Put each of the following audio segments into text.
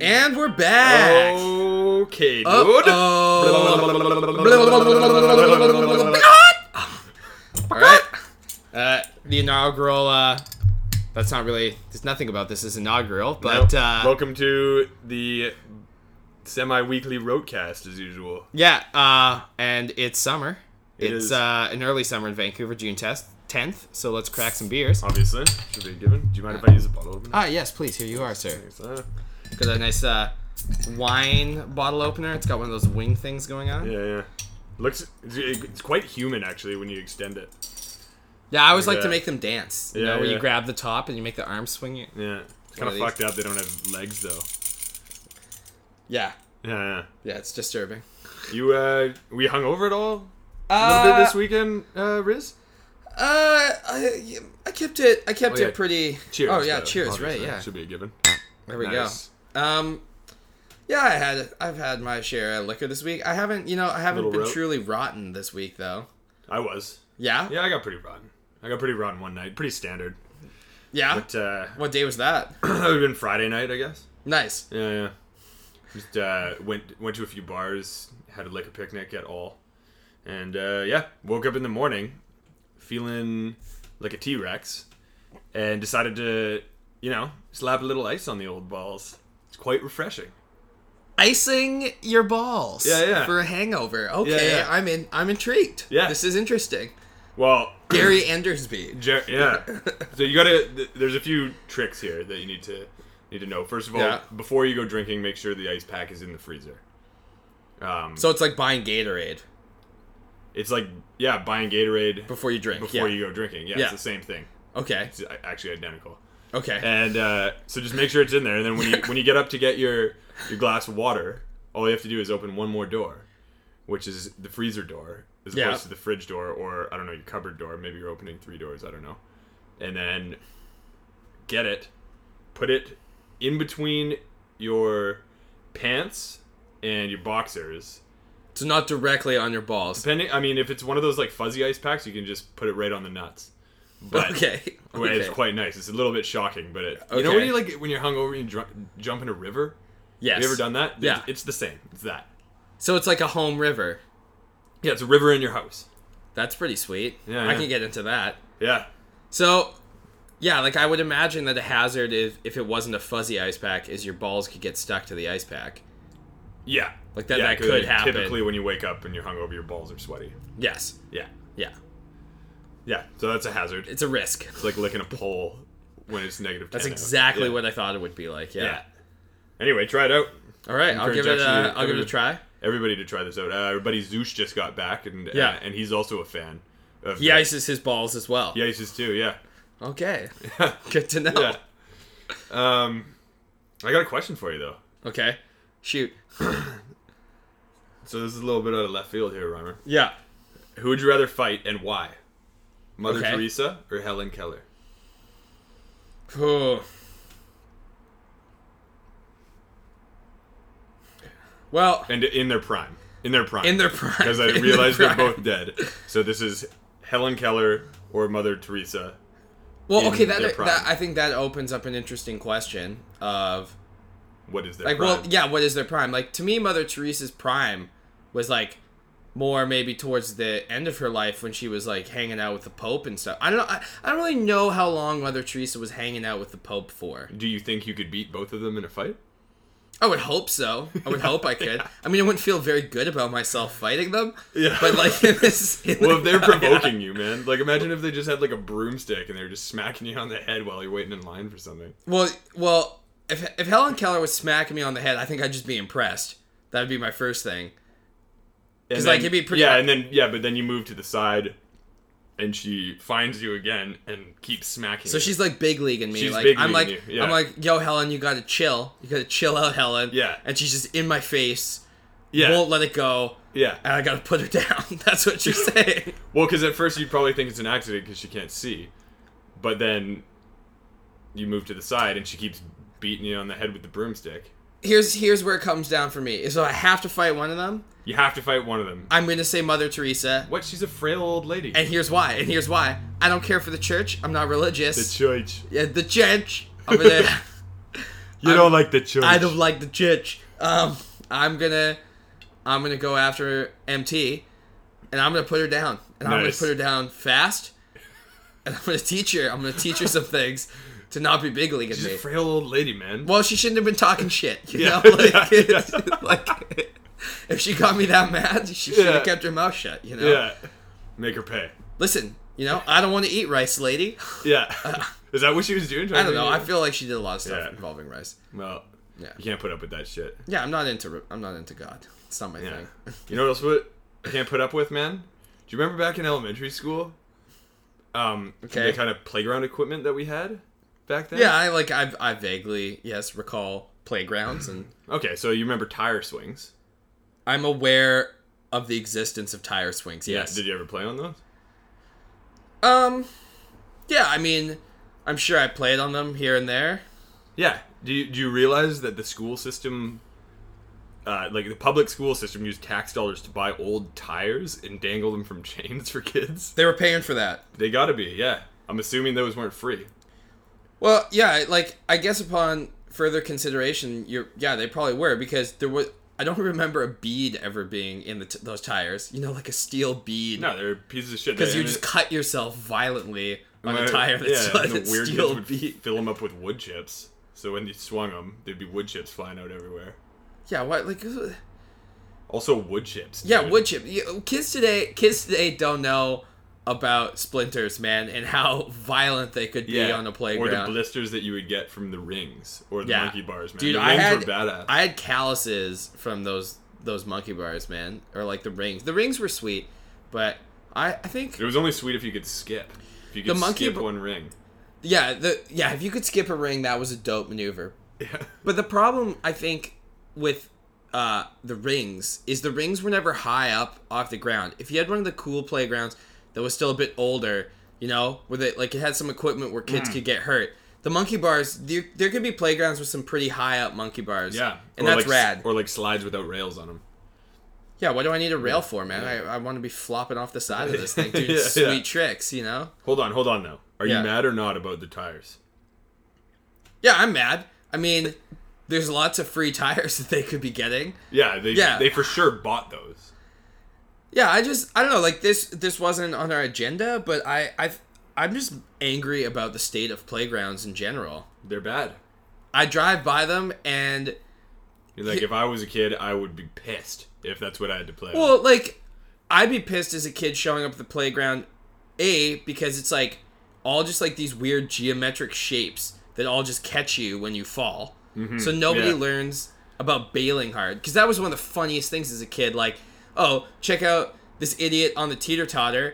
And we're back. Oh, Okay, dude. Uh-oh. All right. Uh, the inaugural. Uh, that's not really. There's nothing about this is inaugural, but Nope. uh, welcome to the semi-weekly roadcast as usual. yeah. Uh, and it's summer. It it's is. uh, an early summer in Vancouver, June test, 10th. So let's crack some beers. Obviously, should be given. Do you mind if I use a bottle opener? Ah, yes, please. Here you are, sir. Thanks, uh, Got a nice uh, wine bottle opener. It's got one of those wing things going on. yeah, yeah. Looks, it's quite human actually when you extend it. Yeah, I always like Yeah. to make them dance. You Yeah, know, where you yeah. grab the top and you make the arm swing. Yeah, it's kind One of of these. fucked up. They don't have legs though. Yeah, Yeah, yeah, it's disturbing. yeah. You, uh, we hung over at all a Uh, little bit this weekend, uh, Riz? uh, I, I kept it. I kept Oh, yeah. it pretty. Cheers. Oh yeah, though, cheers. Right. obviously. Yeah. Should be a given. There we Nice. go. Um, yeah, I had I've had my share of liquor this week. I haven't, you know, I haven't Little been rope. truly rotten this week though. I was. Yeah. Yeah, I got pretty rotten. I got pretty rotten one night. Pretty standard. Yeah? But uh, what day was that? that would have been Friday night, I guess. nice. Yeah, yeah. Just uh, went went to a few bars, had like a picnic at all, and uh, yeah, woke up in the morning feeling like a T Rex, and decided to you know slap a little ice on the old balls. It's quite refreshing. Icing your balls. Yeah, yeah. For a hangover. Okay, yeah. I'm in. I'm intrigued. Yeah. This is interesting. Well, Gary Endersby. Jer- yeah. so you gotta. th- There's a few tricks here that you need to need to know. First of all, Yeah. before you go drinking, make sure the ice pack is in the freezer. Um, So it's like buying Gatorade it's like yeah, buying Gatorade before you drink. before yeah. you go drinking. Yeah, Yeah. it's the same thing. Okay. It's a- actually identical. Okay. And uh, so just make sure it's in there. And then when you when you get up to get your your glass of water, all you have to do is open one more door, which is the freezer door, as Yeah. opposed to the fridge door or I don't know your cupboard door. Maybe you're opening three doors. I don't know. And then get it, put it in between your pants and your boxers. so not directly on your balls. Depending, I mean, if it's one of those like fuzzy ice packs, you can just put it right on the nuts. But Okay. well, okay. It's quite nice. It's a little bit shocking, but it, you know when Okay. you like when you're hungover and you dr- jump in a river. yes. Have you ever done that? Yeah. It's, it's the same. It's that. So it's like a home river. Yeah, it's a river in your house. That's pretty sweet. Yeah, I yeah. can get into that. Yeah. So, yeah, like I would imagine that a hazard if if it wasn't a fuzzy ice pack is your balls could get stuck to the ice pack. Yeah. Like that- Yeah, that 'cause, could like, happen. Typically, when you wake up and you're hungover, your balls are sweaty. Yes. Yeah. Yeah. Yeah. So that's a hazard. It's It's a risk. like licking a pole when it's negative. That's 10 out. exactly Yeah. what I thought it would be like. Yeah. Yeah. Anyway, try it out. All right, I'll give it. Encourage A, actually- I'll give it a try. Everybody to try this out. Uh, our buddy Zoosh just got back, and Yeah. uh, and he's also a fan. Of He ices his balls as well. He ices too. Yeah. Okay. Good to know. Yeah. Um, I got a question for you though. Okay. Shoot. So this is a little bit out of left field here, Reimer. Yeah. Who would you rather fight and why? Mother Okay. Teresa or Helen Keller? Phew. Well, And in their prime. In their prime. in their prime. Because I in their realize they're prime. both dead. So this is Helen Keller or Mother Teresa. Well, in okay, their that, prime. that I think that opens up an interesting question of What is their like, prime? well, yeah, what is their prime? Like to me, Mother Teresa's prime was like more maybe towards the end of her life when she was like hanging out with the Pope and stuff. I don't know. I, I don't really know how long Mother Teresa was hanging out with the Pope for. Do you think you could beat both of them in a fight? I would hope so. I would hope I could. I mean, I wouldn't feel very good about myself fighting them. Yeah. But like in this, in Well, if the- they're provoking you, man. Like, imagine if they just had like a broomstick and they were just smacking you on the head while you're waiting in line for something. Well, well, if if Helen Keller was smacking me on the head, I think I'd just be impressed. That would be my first thing. Because like, it'd be pretty- Yeah, and then yeah, but then you move to the side, and she finds you again and keeps smacking. So you. she's like big leaguing me. She's like big I'm like leaguing you, yeah. I'm like, yo, Helen, you gotta chill. You gotta chill out, Helen. Yeah. And she's just in my face, yeah, won't let it go, yeah. and I gotta put her down. That's what you're saying. Well, because at first you'd probably think it's an accident because she can't see, but then you move to the side and she keeps beating you on the head with the broomstick. here's here's where it comes down for me. Is if I have to fight one of them, You have to fight one of them. I'm gonna say Mother Teresa. What? She's a frail old lady. And here's why. And here's why. I don't care for the church. I'm not religious. the church. Yeah, the church. I'm gonna You I'm- don't like the church. I don't like the church. Um, I'm gonna, I'm gonna go after MT, and I'm gonna put her down, and I'm gonna Nice. put her down fast, and I'm gonna teach her. I'm gonna teach her some things to not be big league She's me. a frail old lady, man. Well, she shouldn't have been talking shit. You Yeah, know, like, yeah, yeah. like if she got me that mad, she should have Yeah. kept her mouth shut. You know, Yeah. Make her pay. listen, you know, I don't want to eat rice, lady. Yeah. Is that what she was doing? Uh, I don't know. I feel like she did a lot of stuff Yeah. involving rice. Well, Yeah. you can't put up with that shit. Yeah, I'm not into. I'm not into God. It's not my Yeah. thing. You know what else what I can't put up with, man? Do you remember back in elementary school? Um, Okay. the kind of playground equipment that we had back then? Yeah, I like I I vaguely yes recall playgrounds and Okay, so you remember tire swings? I'm aware of the existence of tire swings. Yes. Did you ever play on those? um yeah, I mean I'm sure I played on them here and there. Yeah. Do you, do you realize that the school system, uh, like the public school system, used tax dollars to buy old tires and dangle them from chains for kids? They were paying for that. They gotta be, yeah. I'm assuming those weren't free. Well, yeah, like I guess upon further consideration, you're yeah, they probably were because there was I don't remember a bead ever being in the t- those tires. You know, like a steel bead. No, they're pieces of shit. Because They- you and just it- cut yourself violently on Well, a tire that's yeah, and like the weird kids steel would bead. fill them up with wood chips. So when you swung them, there'd be wood chips flying out everywhere. Yeah, what like Also wood chips. Yeah, dude. wood chip. You- Kids today, kids today don't know about splinters, man, and how violent they could be Yeah, on a or the playground. blisters that you would get from the rings or the Yeah. monkey bars, man. Dude, the I rings had were badass. I had calluses from those those monkey bars, man, or like the rings. The rings were sweet, but I I think it was only sweet if you could skip. If you could The monkey skip bar- one ring. yeah, the yeah, if you could skip a ring, that was a dope maneuver. Yeah. But the problem I think with uh, the rings is the rings were never high up off the ground. If you had one of the cool playgrounds that was still a bit older, you know, where they like it had some equipment where kids Mm. could get hurt. The monkey bars, there, there could be playgrounds with some pretty high up monkey bars. Yeah. and or that's like, s- rad. Or like slides without rails on them. yeah, what do I need a rail for, man? I, I want to be flopping off the side of this thing, dude. Yeah, Sweet yeah. tricks, you know. Hold on, hold on though. Are Yeah. you mad or not about the tires? Yeah, I'm mad. I mean, there's lots of free tires that they could be getting. Yeah, they Yeah. they for sure bought those. yeah i just i don't know like this this wasn't on our agenda but i i i'm just angry about the state of playgrounds in general They're bad. i drive by them and You're like if I was a kid, I would be pissed if that's what I had to play. on. well like i'd be pissed as a kid showing up at the playground a because it's like all just like these weird geometric shapes that all just catch you when you fall so nobody Mm-hmm. yeah. learns about bailing hard because that was one of the funniest things as a kid like oh check out this idiot on the teeter-totter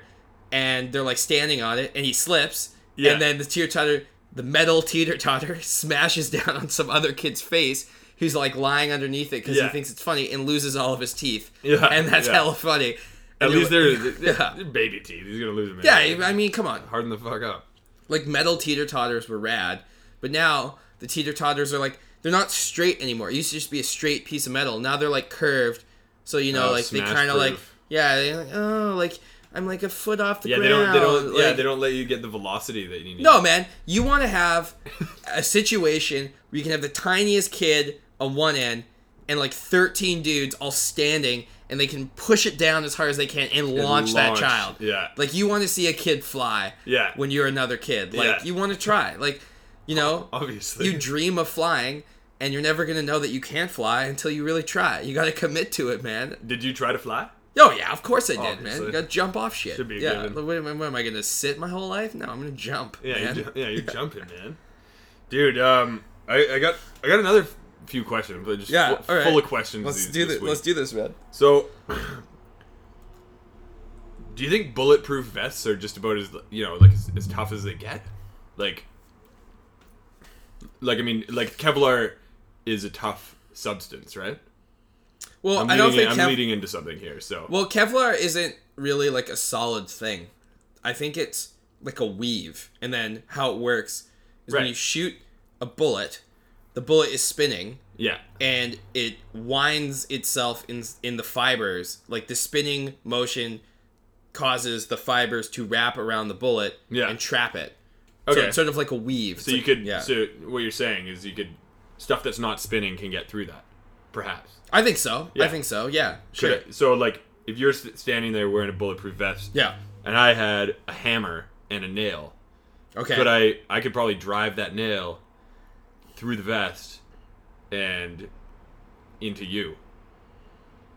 and they're like standing on it and he slips Yeah. and then the teeter-totter the metal teeter-totter smashes down on some other kid's face who's like lying underneath it because he Yeah. thinks it's funny and loses all of his teeth Yeah, and that's yeah. hella funny At And least you're they're, like- Yeah. they're baby teeth. He's gonna lose them. yeah i mean come on harden the fuck up. like metal teeter totters were rad, but now the teeter totters are like they're not straight anymore. It used to just be a straight piece of metal. Now they're like curved, so you know, Oh, like they smash kind of like proof. yeah, they're like oh, like I'm like a foot off the Yeah, they don't. ground. They don't. yeah, like- they don't let you get the velocity that you need. No, man, you want to have a situation where you can have the tiniest kid on one end and like 13 dudes all standing, and they can push it down as hard as they can and launch, that launch, child. yeah. like you want to see a kid fly. Yeah. when you're another kid, like Yeah. you want to try, like you know, obviously. you dream of flying. And you're never gonna know that you can fly until you really try. You gotta commit to it, man. Did you try to fly? Oh yeah, of course I did, man. Obviously. You gotta jump off shit. Should be a yeah. given. What, am I- what am I gonna sit my whole life? No, I'm gonna jump. Yeah, man. you, ju- yeah, you're jumping, man. Dude, um, I, I got I got another f- few questions, but just Yeah, full, all right. full of questions. Let's these- do this. this. week. Let's do this, man. so, do you think bulletproof vests are just about as you know, like as, as tough as they get? Like, like I mean, like Kevlar is a tough substance, right? Well, I'm I don't leading- think I'm Kev- leading into something here. So, well Kevlar isn't really like a solid thing. I think it's like a weave, and then how it works is when Right. you shoot a bullet, the bullet is spinning, yeah, and it winds itself in in the fibers. Like the spinning motion causes the fibers to wrap around the bullet Yeah. and trap it. So okay. it's sort of like a weave. So you could. So what you're saying is you could stuff that's not spinning can get through that, perhaps. I think so. I Yeah. think so. Yeah. Sure. Could it- so like if you're st- standing there wearing a bulletproof vest, Yeah. and I had a hammer and a nail, Okay. could I I could probably drive that nail through the vest and into you.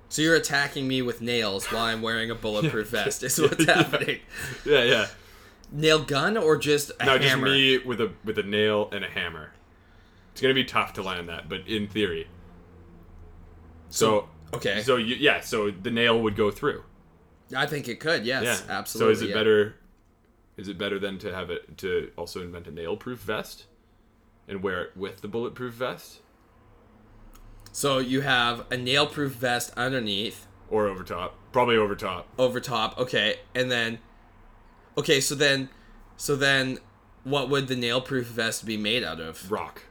so you're attacking me with nails while I'm wearing a bulletproof vest. Is what's Yeah. happening. Yeah, yeah. Nail gun or just a No, just hammer? me with a with a nail and a hammer. It's gonna be tough to land that, but in theory. So okay. So you, yeah, so the nail would go through. I think it could. Yeah, Yes. Absolutely. So is it yeah. better? Is it better than to have it to also invent a nail-proof vest, and wear it with the bulletproof vest So you have a nail-proof vest underneath, or over top? Probably over top. over top. Okay, and then, okay, so then, so then, what would the nail-proof vest be made out of? Rock.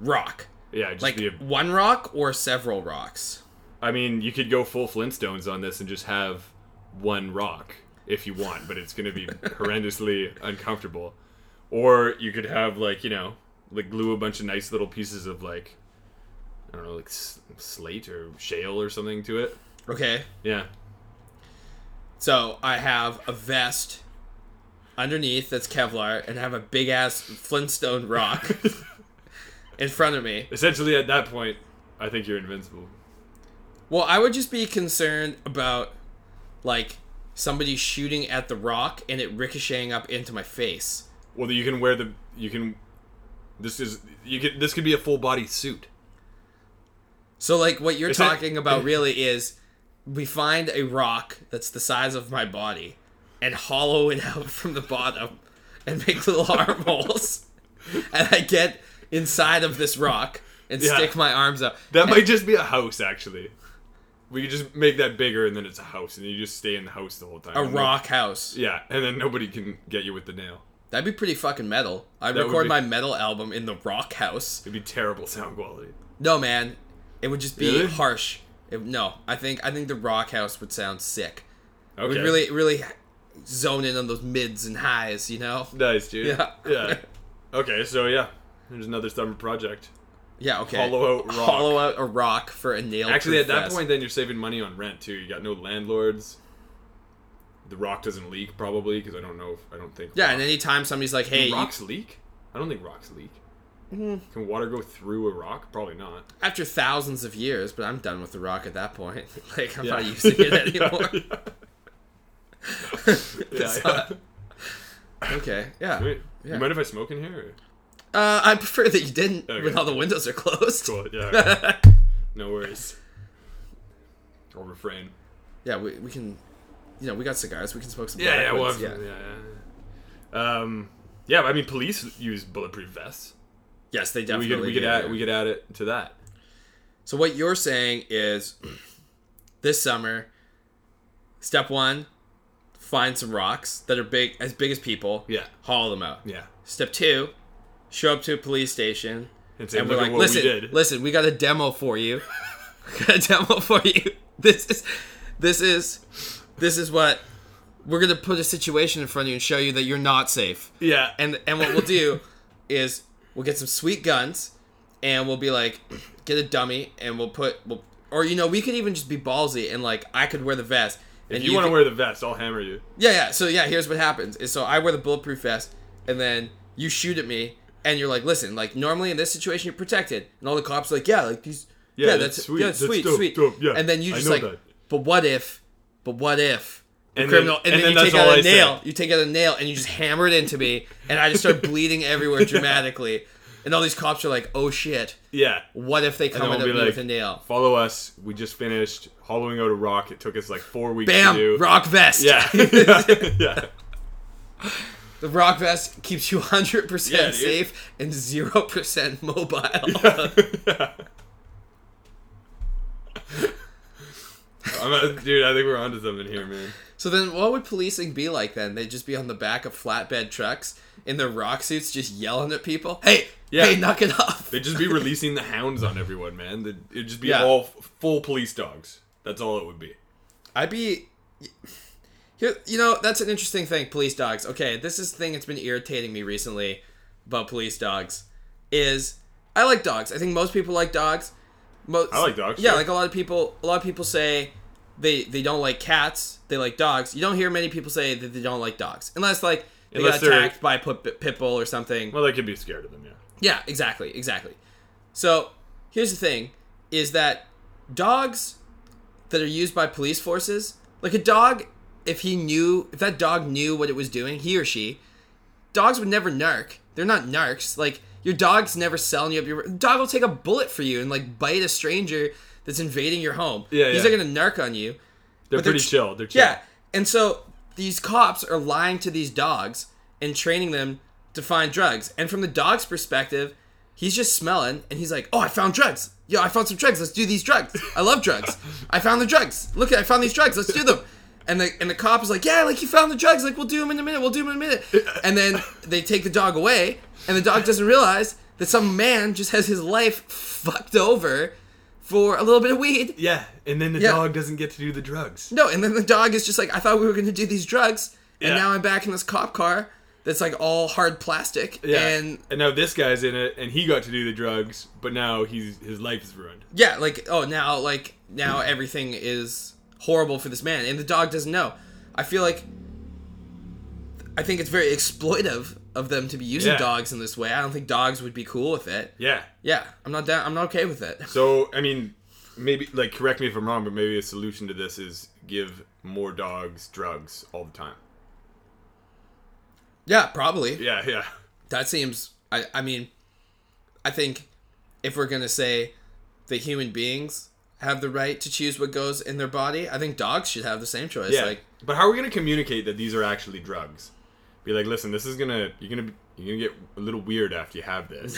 Rock. Yeah, just Like be. A, one rock or several rocks. I mean, you could go full Flintstones on this and just have one rock if you want, but it's going to be horrendously uncomfortable. Or you could have like you know, like glue a bunch of nice little pieces of like, I don't know, like s- slate or shale or something to it. Okay, Yeah. so I have a vest underneath that's Kevlar, and I have a big ass Flintstone rock in front of me. Essentially, at that point, I think you're invincible. Well, I would just be concerned about like somebody shooting at the rock and it ricocheting up into my face. Well, you can wear the you can. This is you could this could be a full body suit. So like what you're Is that- talking about really is we find a rock that's the size of my body and hollow it out from the bottom and make little armholes. and I get inside of this rock and Yeah. stick my arms up. That might just be a house, actually. We could just make that bigger, and then it's a house, and you just stay in the house the whole time. A And then- rock house. yeah, and then nobody can get you with the nail. That'd be pretty fucking metal. I'd That would record be- my metal album in the rock house. It'd be terrible sound quality. No, man, it would just be Really? harsh. It- no, I think I think the rock house would sound sick. It Okay. would really really zone in on those mids and highs, you know? nice, dude. Yeah. Yeah. Okay, so yeah, there's another summer project. Yeah, okay. Hollow out rock. Hollow out a rock for a nail. Actually, at that point, then you're saving money on rent too. You got no landlords. The rock doesn't leak probably because I don't know. If, I don't think. yeah. rock- And anytime somebody's like, "Hey, Do you- Mm-hmm. rocks leak? I don't think rocks leak. Can water go through a rock? Probably not. after thousands of years, but I'm done with the rock at that point. like I'm not Yeah. using it Yeah, anymore." yeah. Yeah, It's yeah. not- Okay, yeah. Wait, Yeah. you mind if I smoke in here? Uh, I prefer that you didn't when Okay. all the windows are closed. Or? Cool. Yeah. okay. no worries. I'll refrain. Yeah, we, we can, you know, we got cigars. We can smoke some. Yeah, yeah, black well, ones, yeah. yeah, yeah. Um, yeah. I mean, police use bulletproof vests. Yes, they We definitely. could, we could do, add, yeah. we could add it to that. So what you're saying is, this summer, step one, find some rocks that are big, as big as people. Yeah. Haul them out. Yeah. Step two, show up to a police station, And say, and look we're at like, what listen, we did. listen, we got a demo for you. We got a demo for you. This is, this is, this is what we're gonna put a situation in front of you and show you that you're not safe. yeah. And and what we'll do is we'll get some sweet guns and we'll be like get a dummy and we'll put we'll, or you know we could even just be ballsy and like I could wear the vest. And if you, want to could- wear the vest, I'll hammer you. Yeah, yeah. So yeah, here's what happens. Is so I wear the bulletproof vest and then you shoot at me and you're like, "Listen, like normally in this situation you're protected." And all the cops are like, "Yeah, like these Yeah, that's, sweet. Yeah, that's sweet, dope, sweet." dope, yeah, and then you I just know like, that. "But what if? But what if?" the And then- criminal, and, and then, then you take that's all out a I said. nail. You take out a nail, and you just hammer it into me, and I just start bleeding everywhere dramatically. And all these cops are like, "Oh shit, Yeah. what if they come I'll at me be like, with a nail?" Follow us. We just finished hollowing out a rock. It took us like four weeks to do. Bam! Rock vest. Yeah. yeah. The rock vest keeps you 100% Yeah, dude. safe and 0% mobile. I'm a, dude, I think we're onto something here, man. So then what would policing be like then? They'd just be on the back of flatbed trucks in their rock suits just yelling at people? Hey! Yeah. Hey, knock it off! They'd just be releasing the hounds on everyone, man. They'd- It'd just be Yeah. all f- full police dogs. That's all it would be. I'd be... Here, you know, that's an interesting thing, police dogs. Okay, this is the thing that's been irritating me recently about police dogs is I like dogs. I think most people like dogs. Most, I like dogs, Yeah, sure. like a lot of people. A lot of people say they they don't like cats. They like dogs. You don't hear many people say that they don't like dogs, unless like they Unless got they're- attacked by a pit, pit bull or something. Well, they could be scared of them, yeah. Yeah, exactly, exactly. So here's the thing: is that dogs that are used by police forces, like a dog, if he knew, if that dog knew what it was doing, he or she, dogs would never narc. They're not narcs. Like your dog's never selling you up. Your dog will take a bullet for you and like bite a stranger that's invading your home. Yeah, he's yeah. not gonna narc on you. They're But they're pretty ch- chill. They're chill. Yeah. And so these cops are lying to these dogs and training them to find drugs. And from the dog's perspective, he's just smelling and he's like, "Oh, I found drugs. Yo, I found some drugs. Let's do these drugs. I love drugs. I found the drugs. Look, I found these drugs. Let's do them." And the and the cop is like, "Yeah, like you found the drugs. Like we'll do them in a minute. We'll do them in a minute." And then they take the dog away, and the dog doesn't realize that some man just has his life fucked over for a little bit of weed. Yeah, and then the Yeah. dog doesn't get to do the drugs. No, and then the dog is just like, I thought we were gonna do these drugs, and Yeah. now I'm back in this cop car that's like all hard plastic, Yeah. and now this guy's in it, and he got to do the drugs, but now he's his life is ruined. yeah, like oh now like now everything is horrible for this man, and the dog doesn't know. I feel like I think it's very exploitive of them to be using Yeah. dogs in this way. I don't think dogs would be cool with it. Yeah. Yeah, I'm not down. I'm not okay with it. So I mean, maybe like correct me if I'm wrong, but maybe a solution to this is give more dogs drugs all the time. Yeah, probably. Yeah, yeah, That seems. I. I mean, I think if we're gonna say that human beings have the right to choose what goes in their body, I think dogs should have the same choice. yeah. Like, but how are we gonna communicate that these are actually drugs? Be like, listen, this is gonna you're gonna be, you're gonna get a little weird after you have this.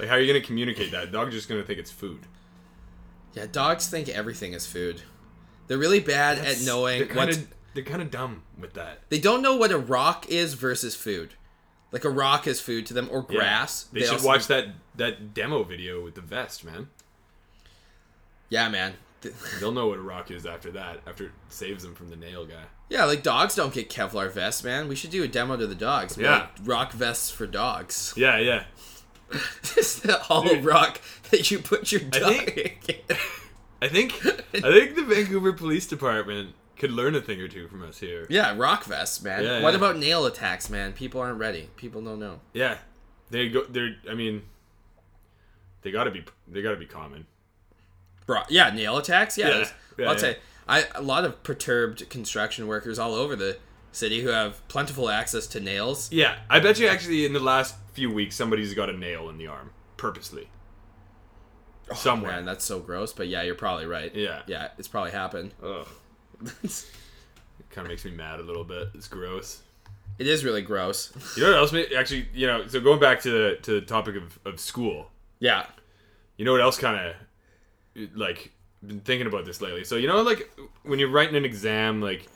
like, how are you gonna communicate that? Dog's just gonna think it's food. yeah, dogs think everything is food. They're really bad at knowing they're kinda, what they're kind of dumb with that. they don't know what a rock is versus food. Like a rock is food to them, or Yeah. grass. They, should also- watch that that demo video with the vest, man. Yeah, man. They'll know what a rock is after that. After it saves them from the nail guy. Yeah, like dogs don't get Kevlar vests, man. We should do a demo to the dogs. Yeah. Like, rock vests for dogs. Yeah, yeah. It's the hollow Dude. rock that you put your I dog think- in. I think I think the Vancouver Police Department could learn a thing or two from us here. Yeah, rock vests, man. Yeah, what yeah. about nail attacks, man? People aren't ready. People don't know. Yeah, they go. They're. I mean, they gotta be. They gotta be common. Bro, yeah, nail attacks. Yeah, Yeah, there's- yeah, I'll yeah. say I a lot of perturbed construction workers all over the city who have plentiful access to nails. Yeah, I bet you actually in the last few weeks somebody's got a nail in the arm purposely. Somewhere. Man, that's so gross. But yeah, you're probably right. Oh, Yeah. yeah, it's probably happened. Ugh. It kind of makes me mad a little bit. It's gross. it is really gross. You know what else? ma- Actually, you know. So going back to the to the topic of, of school, yeah, you know what else kind of like been thinking about this lately so you know like when you're writing an exam like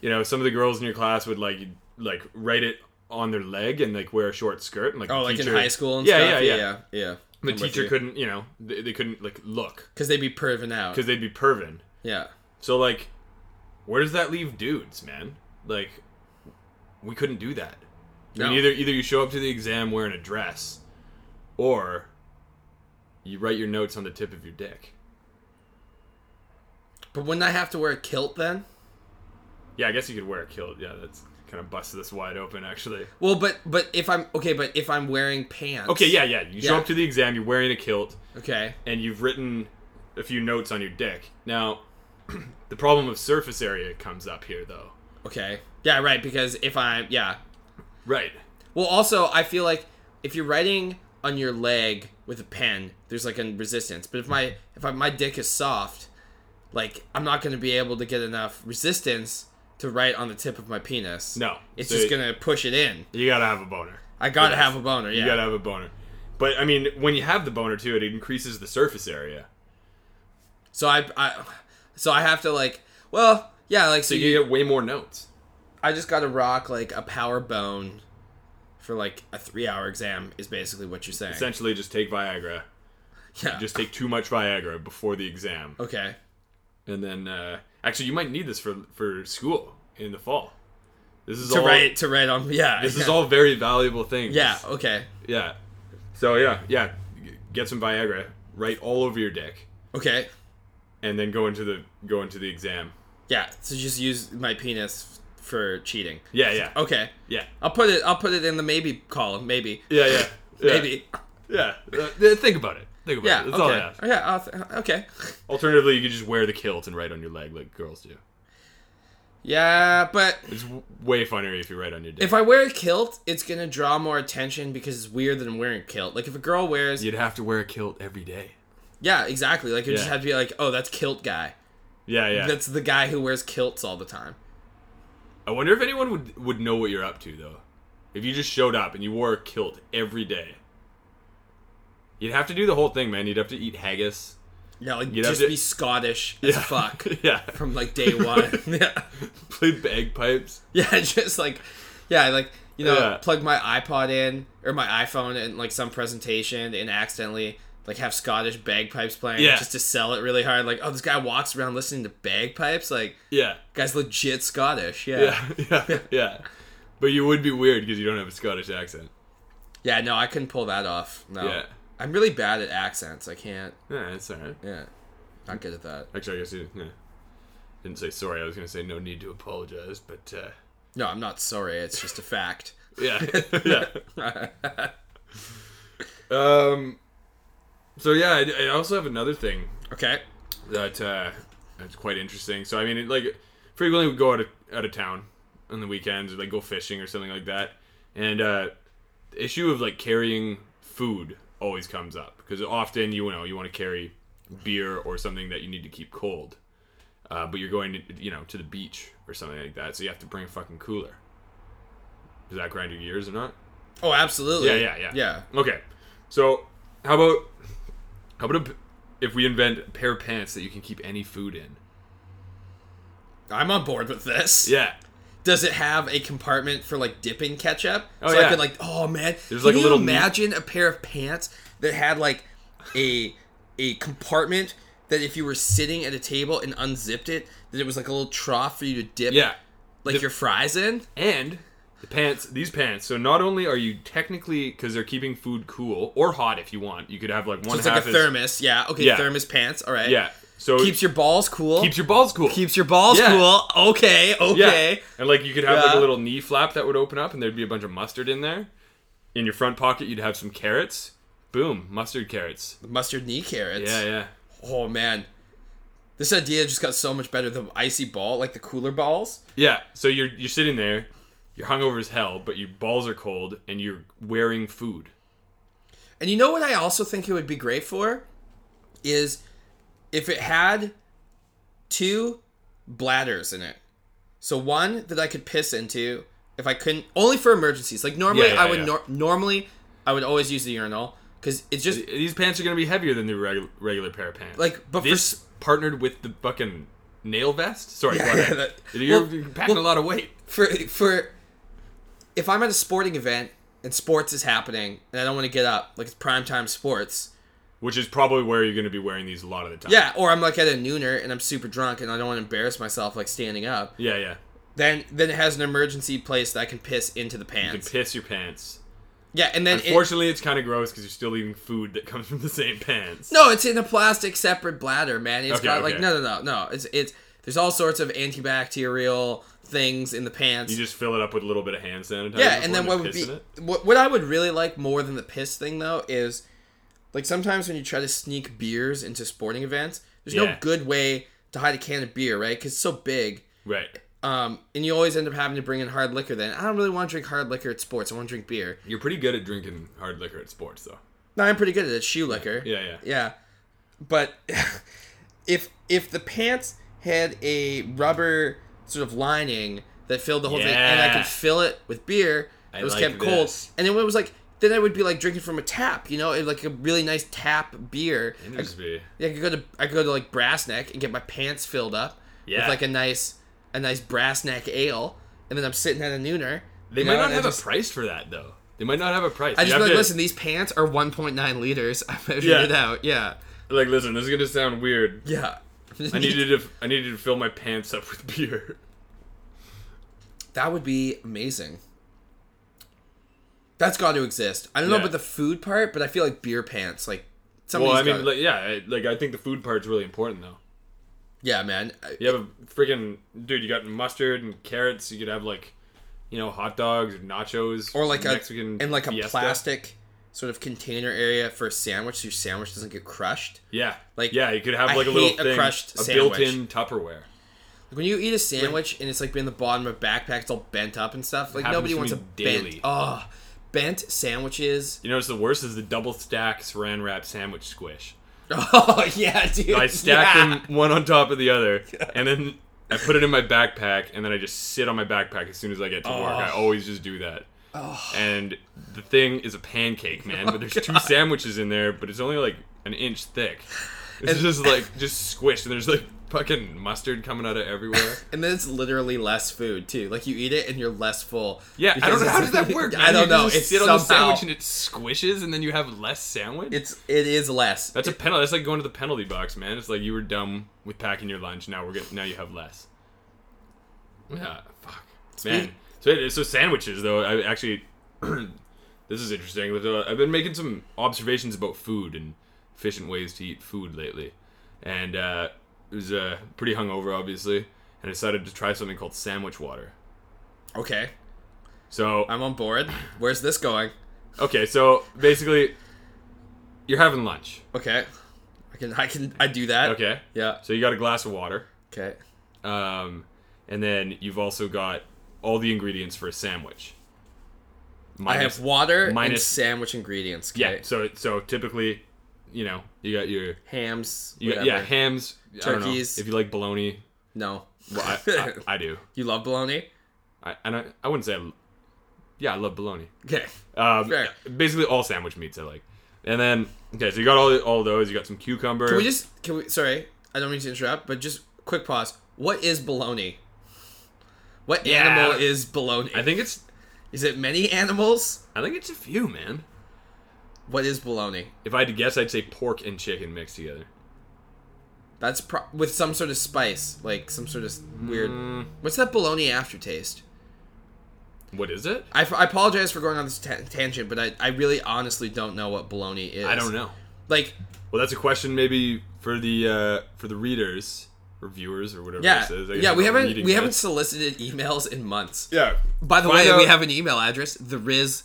you know some of the girls in your class would like like write it on their leg and like wear a short skirt and like oh, the like in teacher- high school and yeah, stuff. yeah yeah yeah, yeah. the teacher couldn't you know they, they couldn't like look because they'd be perving out. because they'd be pervin Yeah, so like where does that leave dudes man like we couldn't do that I mean, No. either either you show up to the exam wearing a dress or you write your notes on the tip of your dick but wouldn't I have to wear a kilt then? Yeah, I guess you could wear a kilt. Yeah, that's kind of busts this wide open, actually. Well, but but if I'm okay, but if I'm wearing pants. Okay, yeah, yeah. You show Yeah. up to the exam, you're wearing a kilt, Okay. and you've written a few notes on your dick. Now, the problem of surface area comes up here, though. Okay. Yeah. Right. Because if I'm yeah. Right. Well, also I feel like if you're writing on your leg with a pen, there's like a resistance. But if my if I, my dick is soft, like I'm not gonna be able to get enough resistance to write on the tip of my penis. No. It's So just it- gonna push it in. You gotta have a boner. I gotta Yes. have a boner. Yeah. You gotta have a boner. But I mean, when you have the boner too, it increases the surface area. So I I so I have to like well yeah like so, So you, you get way more notes. I just got to rock like a power bone for like a three hour exam is basically what you're saying. Essentially, just take Viagra. yeah. Just take too much Viagra before the exam. okay. and then uh, actually you might need this for for school in the fall. This is To all write to write on yeah. this is yeah. all very valuable things. Yeah. Okay. yeah. So yeah, yeah. G- get some Viagra, write all over your dick, Okay. and then go into the go into the exam. Yeah. So just use my penis for cheating. Yeah, yeah, Okay. yeah, I'll put it. I'll put it in the maybe column. Maybe. yeah, yeah, yeah. Maybe. Yeah. Uh, th- think about it. Think about Yeah. it. That's okay. all I ask. Yeah. I'll th- okay. Alternatively, you could just wear the kilt and write on your leg like girls do. Yeah, but It's w- way funnier if you write on your dick. if I wear a kilt, it's gonna draw more attention because it's weird that I'm wearing a kilt. Like if a girl wears, yeah, You'd have to wear a kilt every day. exactly. Like it just Yeah. have to be like, oh, that's kilt guy. Yeah, yeah. That's the guy who wears kilts all the time. I wonder if anyone would would know what you're up to though. If you just showed up and you wore a kilt every day, you'd have to do the whole thing, man. You'd have to eat haggis. Yeah, like You'd have just to- be Scottish as fuck yeah. from like day one. yeah, Play bagpipes. yeah, just like, yeah, like you know, Yeah. plug my iPod in or my iPhone in like some presentation and accidentally. Like have Scottish bagpipes playing Yeah. just to sell it really hard. Like, oh, this guy walks around listening to bagpipes. Like, Yeah. guy's legit Scottish. Yeah. Yeah. Yeah. yeah. But you would be weird because you don't have a Scottish accent. Yeah, no, I couldn't pull that off. No. Yeah. I'm really bad at accents. I can't. Yeah, that's alright. Yeah. Not good at that. Actually, I guess you yeah. didn't say sorry. I was gonna say no need to apologize, but uh, No, I'm not sorry. It's just a fact. yeah, yeah. um, so yeah, I, I also have another thing Okay. that uh, that's quite interesting. So I mean, it, like frequently we go out of, out of town on the weekends, or like go fishing or something like that, and uh, the issue of like carrying food always comes up because often you know you want to carry beer or something that you need to keep cold, uh, but you're going to, you know to the beach or something like that, so you have to bring a fucking cooler. Does that grind your gears or not? Oh, absolutely. Yeah, yeah, yeah. Yeah. Okay. So, how about how about a p if we invent a pair of pants that you can keep any food in? I'm on board with this. Yeah. Does it have a compartment for like dipping ketchup? Oh, so I yeah. could like, oh man, There's, can like, a you little meat- imagine a pair of pants that had like a a compartment that if you were sitting at a table and unzipped it, that it was like a little trough for you to dip Yeah. like your fries in? And the pants, these pants. So not only are you technically because they're keeping food cool or hot if you want, you could have like one It's half like a is- thermos. Yeah. Okay. Yeah. Thermos pants. All right. yeah. So Keeps your balls cool. keeps your balls cool. Keeps your balls Yeah. cool. Okay. yeah. Okay. And like you could have like Yeah. a little knee flap that would open up, and there'd be a bunch of mustard in there. In your front pocket, you'd have some carrots. Boom, mustard carrots. Mustard knee carrots. Yeah, yeah. Oh man, this idea just got so much better than icy ball, like the cooler balls. Yeah. So you're you're sitting there, you're hungover as hell, but your balls are cold, and you're wearing food. And you know what I also think it would be great for is if it had two bladders in it. So one that I could piss into if I couldn't only for emergencies. Like normally Yeah, yeah, I would yeah. nor- normally I would always use the urinal cuz it's just These pants are gonna be heavier than the regu- regular pair of pants. Like, but for this s- partnered with the fucking nail vest. Sorry, Yeah, go yeah, ahead. that- you're well, you're packing well- a lot of weight. for for if I'm at a sporting event and sports is happening and I don't want to get up, like it's primetime sports. Which is probably where you're gonna be wearing these a lot of the time. Yeah, or I'm like at a nooner and I'm super drunk and I don't want to embarrass myself like standing up. Yeah, yeah. Then then it has an emergency place that I can piss into the You pants. can piss your pants. yeah, and then it, Unfortunately, it's kind of gross because you're still eating food that comes from the same pants. no, it's in a plastic separate bladder, man. It's Okay, got like okay. no, no, no, no. It's it's there's all sorts of antibacterial things in the pants. You just fill it up with a little bit of hand sanitizer. Yeah, and before then what would piss be in it. what, what I would really like more than the piss thing though is like sometimes when you try to sneak beers into sporting events, there's no Yeah. good way to hide a can of beer, right? Because it's so big, Right. um, and you always end up having to bring in hard liquor. Then I don't really want to drink hard liquor at sports. I want to drink beer. You're pretty good at drinking hard liquor at sports, though. No, I'm pretty good at it. Shoe liquor. Yeah, yeah. Yeah. But if if the pants had a rubber sort of lining that filled the whole thing and I Yeah. could fill it with beer, I it was like kept cold. this. And then it was like then I would be like drinking from a tap, you know, it like a really nice tap beer. It I, would just be. yeah, I could go to I could go to like Brass Neck and get my pants filled up with Yeah. like a nice a nice Brass Neck ale, and then I'm sitting at a nooner. They you might know, not and I have just- a price for that though. They might not have a price. I You just have be like, to- listen, these pants are 1.9 liters. I measured Yeah. it out. Yeah, Like, listen, this is gonna sound weird. yeah. I needed to. I needed to fill my pants up with beer. That would be amazing. That's got to exist. I don't know Yeah. about the food part, but I feel like beer pants, like well, I Somebody's mean, gotta- like, yeah, I- like I think the food part's really important though. yeah, man. I- You have a freaking dude. You got mustard and carrots. You could have like, you know, hot dogs or nachos Or like Mexican a and like a fiesta. plastic sort of container area for a sandwich, so your sandwich doesn't get crushed. Yeah, like, yeah, you could have I like a little hate a thing, crushed a sandwich. built-in Tupperware. Like, when you eat a sandwich and it's like in the bottom of a backpack, it's all bent up and stuff. Like happens nobody to wants a me daily. bent. Oh, bent sandwiches. You notice the worst is the double stack saran wrap sandwich squish. Oh yeah, dude. I stack yeah. them one on top of the other, and then I put it in my backpack, and then I just sit on my backpack as soon as I get to work. I always just do that. And the thing is a pancake, man. But there's Oh, two sandwiches in there, but it's only like an inch thick. It's just like just squished, and there's like fucking mustard coming out of everywhere. And then it's literally less food too. Like you eat it and you're less full. Yeah, I because don't know how does it's- that work. I man? don't You know. Just It's sit on the somehow- sandwich and it squishes, and then you have less sandwich. it's it is less. That's a penalty. That's like going to the penalty box, man. It's like you were dumb with packing your lunch. Now we're getting. Now you have less. Yeah, fuck, man. Speak- So, it- so sandwiches though. I actually, this is interesting. uh, I've been making some observations about food and efficient ways to eat food lately, and uh, it was uh, pretty hungover, obviously, and I decided to try something called sandwich water. okay. So I'm on board. Where's this going? okay, so basically, you're having lunch. Okay. I can I can I do that. Okay, Yeah. so you got a glass of water. Okay. Um, and then you've also got all the ingredients for a sandwich. I Minus- have water and minus- sandwich ingredients. yeah. Okay. So so typically, you know, you got your Hams. you got, whatever. yeah hams, I don't know, Turkeys. if you like bologna, No. well, I, I, I do. you love bologna? I I, don't, I wouldn't say. I l yeah, I love bologna. Okay. Um, Fair. basically all sandwich meats I like. And then okay, so you got all all those. You got some cucumber. Can we just can we sorry, I don't mean to interrupt, but just quick pause. What is bologna? What Yeah. animal is bologna? I think it's Is it many animals? I think it's a few man. What is bologna? If I had to guess, I'd say pork and chicken mixed together. That's pro- with some sort of spice, like some sort of s- weird. Mm. What's that bologna aftertaste? What is it? I, f- I apologize for going on this ta- tangent, but I, I really honestly don't know what bologna is. I don't know. Like, Well, that's a question maybe for the uh, for the readers or viewers or whatever. yeah, this is. I guess yeah, I'm we not haven't reading we haven't this. solicited emails in months. Yeah. By the Find way, we out- have an email address: the Riz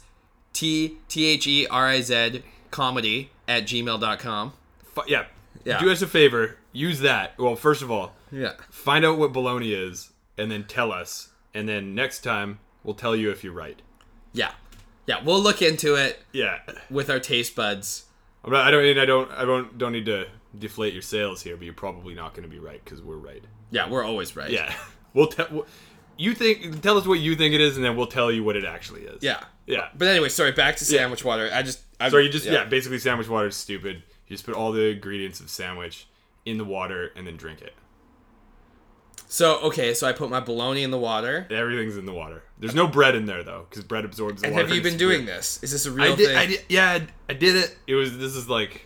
T T H E R I Z comedy at gmail.com. Fi- yeah. Yeah. Do us a favor. Use that. Well, first of all, Yeah, find out what baloney is, and then tell us. And then next time we'll tell you if you're right. yeah, yeah. We'll look into it Yeah. with our taste buds. I'm not, I don't. I don't. I don't. Don't need to deflate your sales here, but you're probably not going to be right because we're right. Yeah, we're always right. Yeah. We'll tell. We'll, you think? Tell us what you think it is, and then we'll tell you what it actually is. yeah. Yeah. But anyway, sorry. Back to sandwich water. I just. I, So you just yeah. basically sandwich water is stupid. You just put all the ingredients of sandwich in the water and then drink it. So okay, so I put my bologna in the water. Everything's in the water. There's no bread in there though, because bread absorbs the And water. have you and been it's doing weird. this? Is this a real I did, thing? I did. Yeah, I d- I did it. It was. This is like.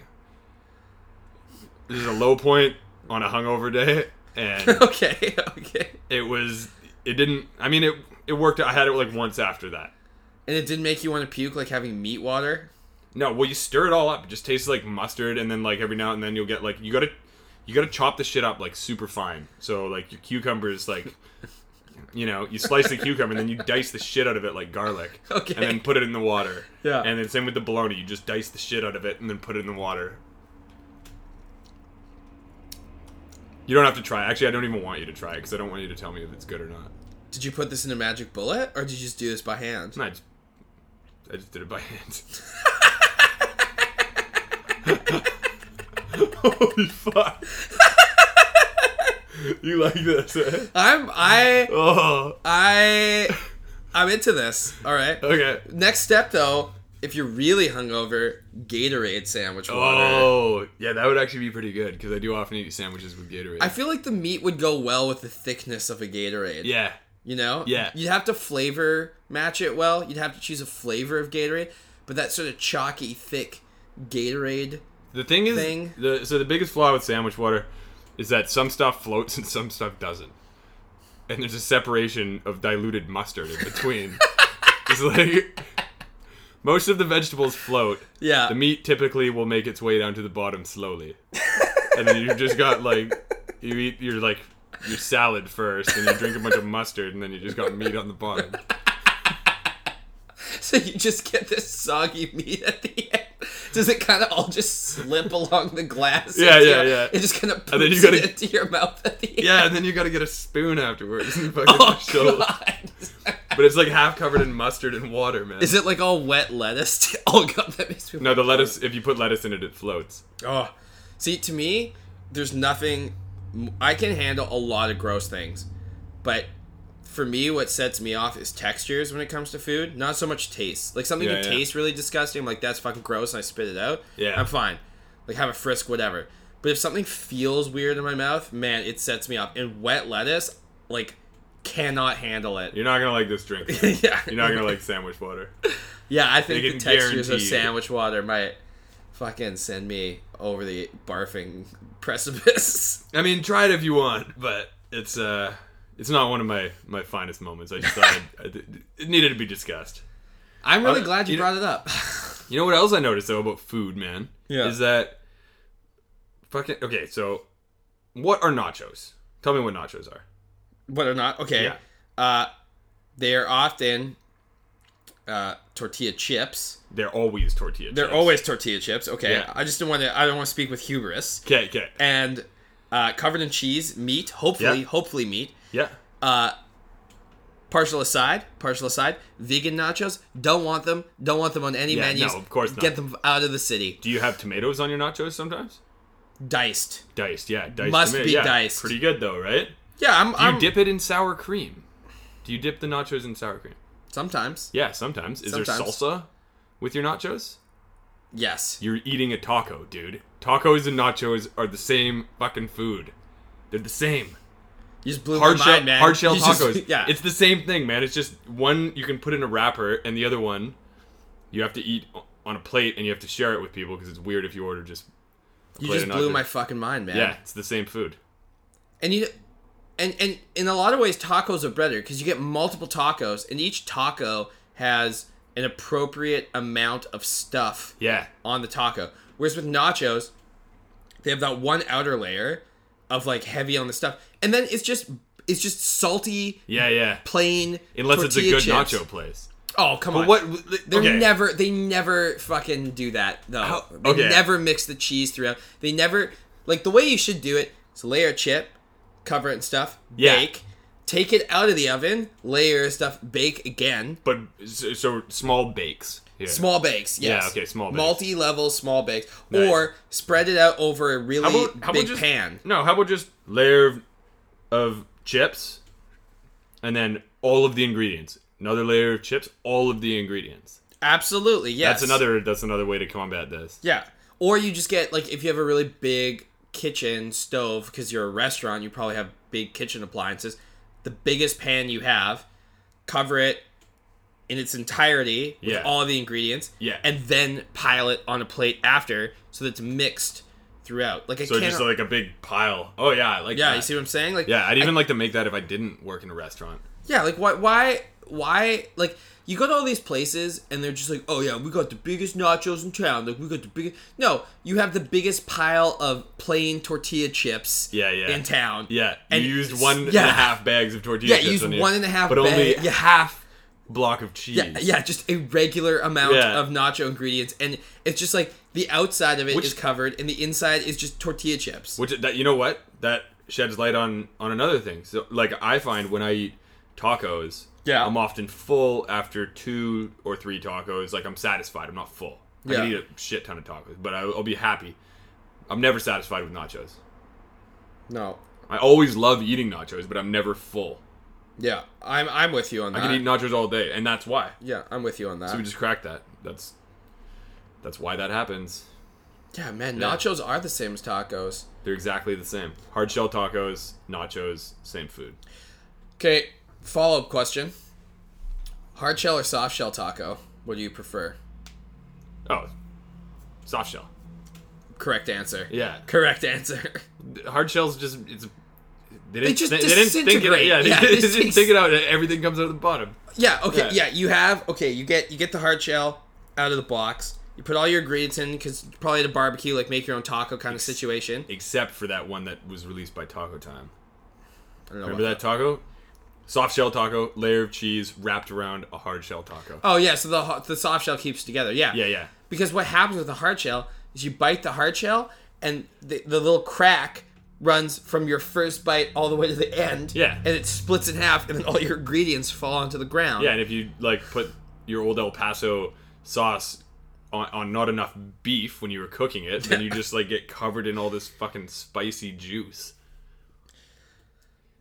This is a low point on a hungover day, and Okay, okay. it was. It didn't. I mean, it it worked. I had it like once after that. And it didn't make you want to puke like having meat water. No, well, you stir it all up. It just tastes like mustard, and then like every now and then you'll get like you gotta, you gotta chop the shit up like super fine. So like your cucumbers, like, you know, you slice the cucumber and then you dice the shit out of it like garlic. Okay. And then put it in the water. Yeah. And then same with the bologna, you just dice the shit out of it and then put it in the water. You don't have to try. Actually, I don't even want you to try because I don't want you to tell me if it's good or not. Did you put this in a magic bullet, or did you just do this by hand? No, I just, I just did it by hand. Holy fuck! you like this? Eh? I'm I Oh, I I'm into this. All right. okay. Next step though, if you're really hungover, Gatorade sandwich water. Oh, yeah, that would actually be pretty good because I do often eat sandwiches with Gatorade. I feel like the meat would go well with the thickness of a Gatorade. yeah, You know? Yeah. You'd have to flavor match it well. You'd have to choose a flavor of Gatorade, but that sort of chalky, thick Gatorade. the thing is, Thing. the so the biggest flaw with sandwich water is that some stuff floats and some stuff doesn't, and there's a separation of diluted mustard in between. it's like Most of the vegetables float. Yeah. The meat typically will make its way down to the bottom slowly. and then you've just got like you eat your like your salad first and you drink a bunch of mustard and then you just got meat on the bottom. So you just get this soggy meat at the end. Does it kind of all just slip along the glass? Yeah, into yeah, your- yeah. It just kind of And then you poops gotta- it into your mouth at the end. Yeah, and then you gotta get a spoon afterwards. And fucking Oh so- god. But it's like half covered in mustard and water, man. Is it like all wet lettuce? oh god, that makes me. no, the lettuce. If you put lettuce in it, it floats. Oh, see, to me, there's nothing. I can handle a lot of gross things, but for me, what sets me off is textures when it comes to food. Not so much taste. Like something Yeah, can yeah. taste really disgusting. I'm like that's fucking gross, and I spit it out. Yeah. I'm fine. Like have a frisk, whatever. But if something feels weird in my mouth, man, it sets me off. And wet lettuce, like, cannot handle it. You're not gonna like this drink. man. yeah, You're not gonna like sandwich water. Yeah, I think They the can textures of guarantee you. sandwich water might fucking send me over the barfing precipice. I mean, try it if you want, but it's uh, it's not one of my my finest moments. I just thought I'd, I th- it needed to be discussed. I'm really Uh, glad you, you know- brought it up. You know what else I noticed though about food, man? Yeah. Is that fucking okay? So, what are nachos? Tell me what nachos are. Whether or not, okay. Yeah. Uh, they are often uh, tortilla chips. They're always tortilla. They're always tortilla chips. Okay. Yeah. I just don't want to. I don't want to speak with hubris. okay. Okay. And uh, covered in cheese, meat. Hopefully, Yeah. hopefully meat. Yeah. Partial aside, partial aside. Vegan nachos. Don't want them. Don't want them on any Yeah, menus. no, of course not. Get them out of the city. Do you have tomatoes on your nachos sometimes? Diced. Diced, yeah, diced. Must tomato- be yeah. diced. Pretty good though, right? Yeah, I'm. Do you I'm dip it in sour cream? Do you dip the nachos in sour cream? sometimes. Yeah, sometimes. Is there Sometimes. salsa with your nachos? Yes. You're eating a taco, dude. Tacos and nachos are the same fucking food. They're the same. You just blew Hard my shell, mind, man. hard shell You just- tacos. yeah. it's the same thing, man. It's just one you can put in a wrapper, and the other one you have to eat o- on a plate, and you have to share it with people because it's weird if you order just. a you plate just of blew nachos. my fucking mind, man. Yeah, it's the same food. And you, and and in a lot of ways, tacos are better because you get multiple tacos, and each taco has an appropriate amount of stuff Yeah, on the taco. Whereas with nachos, they have that one outer layer of like heavy on the stuff, and then it's just it's just salty, yeah, yeah. plain. Unless it's a tortilla good chips. nacho place. Oh come on! What? They're okay. never they never fucking do that though. How- They okay. never mix the cheese throughout. They never like the way you should do it is layer chip, cover it and stuff, Yeah. bake, take it out of the oven, layer stuff, bake again. But so, so small bakes. Yeah. Small bakes, yes. Yeah, okay, small bakes. Multi level small bakes. Nice. Or spread it out over a really big just, pan. No, how about just layer of, of chips, and then all of the ingredients. Another layer of chips, all of the ingredients. Absolutely, yes. That's another. That's another way to combat this. Yeah. Or you just get like if you have a really big kitchen stove because you're a restaurant, you probably have big kitchen appliances. The biggest pan you have, cover it in its entirety with Yeah. all the ingredients, Yeah. and then pile it on a plate after so that it's mixed throughout. Like I So can't. just like a big pile. Oh yeah, I like yeah, that. you see what I'm saying? Like yeah, I'd even like to make that if I didn't work in a restaurant. Yeah, like why why why like you go to all these places and they're just like, "Oh yeah, we got the biggest nachos in town. Like we got the biggest No, you have the biggest pile of plain tortilla chips Yeah, yeah. in town. Yeah, And you used s- one and a half yeah. bags of tortilla Yeah, chips. used on you, one and a half but only bag- yeah. half block of cheese. Yeah, yeah, just a regular amount Yeah. of nacho ingredients and it's just like the outside of it is Which- covered and the inside is just tortilla chips. Which that you know what that sheds light on on another thing. So like I find when I eat tacos, Yeah. I'm often full after two or three tacos. Like I'm satisfied. I'm not full. I can Yeah. eat a shit ton of tacos, but I, I'll be happy. I'm never satisfied with nachos. no. I always love eating nachos, but I'm never full. Yeah, I'm I'm with you on I that. can eat nachos all day, and that's why. yeah, I'm with you on that. So we just cracked that. That's that's why that happens. yeah, man, nachos are the same as tacos. They're exactly the same. Hard shell tacos, nachos, same food. Okay, follow up question. Hard shell or soft shell taco? What do you prefer? Oh, soft shell. Correct answer. Yeah. Correct answer. hard shells just it's they didn't, just they, they didn't think it out. disintegrate. Yeah, they, Yeah, didn't- they they didn't think it out. Everything comes out of the bottom. Yeah, okay, yeah. Yeah. you have okay, you get you get the hard shell, out of the box. You put all your ingredients in because probably at a barbecue, like make your own taco kind of situation. except for that one that was released by Taco Time. I don't know Remember what- that taco? Soft shell taco, layer of cheese wrapped around a hard shell taco. Oh yeah, so the ho- the soft shell keeps together. Yeah. Yeah, yeah. Because what happens with the hard shell is you bite the hard shell and the, the little crack runs from your first bite all the way to the end. Yeah. And it splits in half and then all your ingredients fall onto the ground. Yeah, and if you like put your old El Paso sauce on, on not enough beef when you were cooking it, then you just like get covered in all this fucking spicy juice.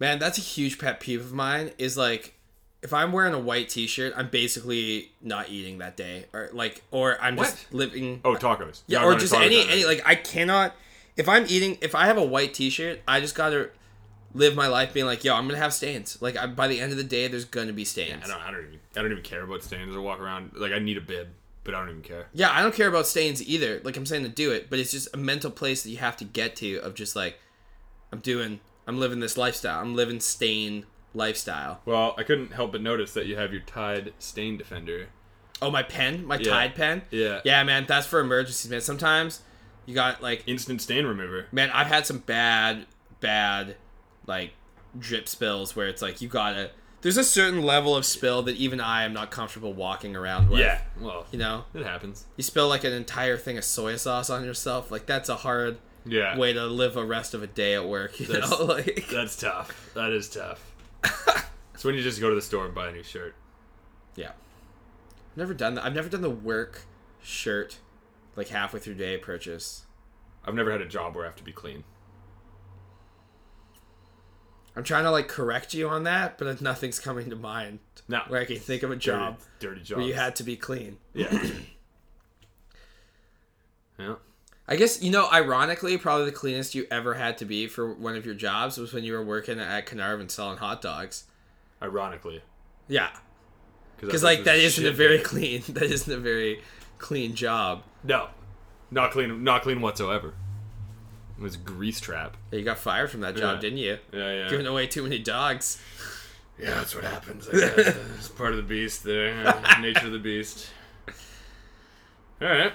Man, that's a huge pet peeve of mine is like if I'm wearing a white t-shirt, I'm basically not eating that day or like or I'm just What? living Oh, tacos. Yeah, No, or no, just Taco any Time. any like I cannot if I'm eating if I have a white t-shirt, I just got to live my life being like, yo, I'm going to have stains. Like I, by the end of the day there's going to be stains. I don't, I don't even I don't even care about stains or walk around like I need a bib, but I don't even care. yeah, I don't care about stains either. Like I'm saying to do it, but it's just a mental place that you have to get to of just like I'm doing I'm living this lifestyle. I'm living stain lifestyle. Well, I couldn't help but notice that you have your Tide stain defender. Oh, my pen, my Tide pen. Yeah. yeah, man. That's for emergencies, man. Sometimes you got like, Instant stain remover. man, I've had some bad, bad, like drip spills where it's like you gotta. There's a certain level of spill that even I am not comfortable walking around with. Yeah. Well, you know, it happens. you spill like an entire thing of soy sauce on yourself. Like that's a hard Yeah. way to live a rest of a day at work. You That's- know, like That's tough. That is tough. it's when you just go to the store and buy a new shirt. yeah. I've never done that. I've never done the work shirt, like halfway through day purchase. I've never had a job where I have to be clean. I'm trying to like correct you on that, but nothing's coming to mind No. where I can think of a Dirty- job Dirty, jobs. where you had to be clean. Yeah. yeah. I guess you know, ironically, probably the cleanest you ever had to be for one of your jobs was when you were working at Carnarvon selling hot dogs. Ironically. Yeah, because I like was that isn't a shit very bag. clean. That isn't a very clean job. No. Not clean. Not clean whatsoever. It was a grease trap. You got fired from that job, Yeah. didn't you? Yeah, Giving away too many dogs. Yeah, that's what happens. I guess. it's part of the beast there. uh, Nature of the beast. All right.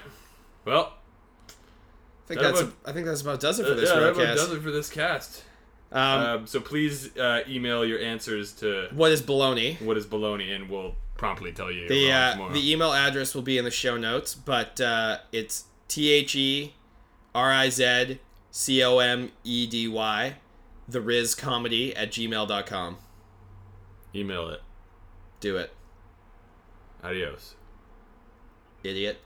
Well, I think That that's. about- I think that's about does it for yeah, this that about does roadcast. it for this cast. Um, Um, so please uh, email your answers to what is baloney? what is baloney, and we'll promptly tell you The wrong uh, tomorrow. the email address will be in the show notes, but uh, it's T H E R I Z C O M E D Y, the Riz Comedy at gmail.com. e- email it. Do it, Adios. idiot.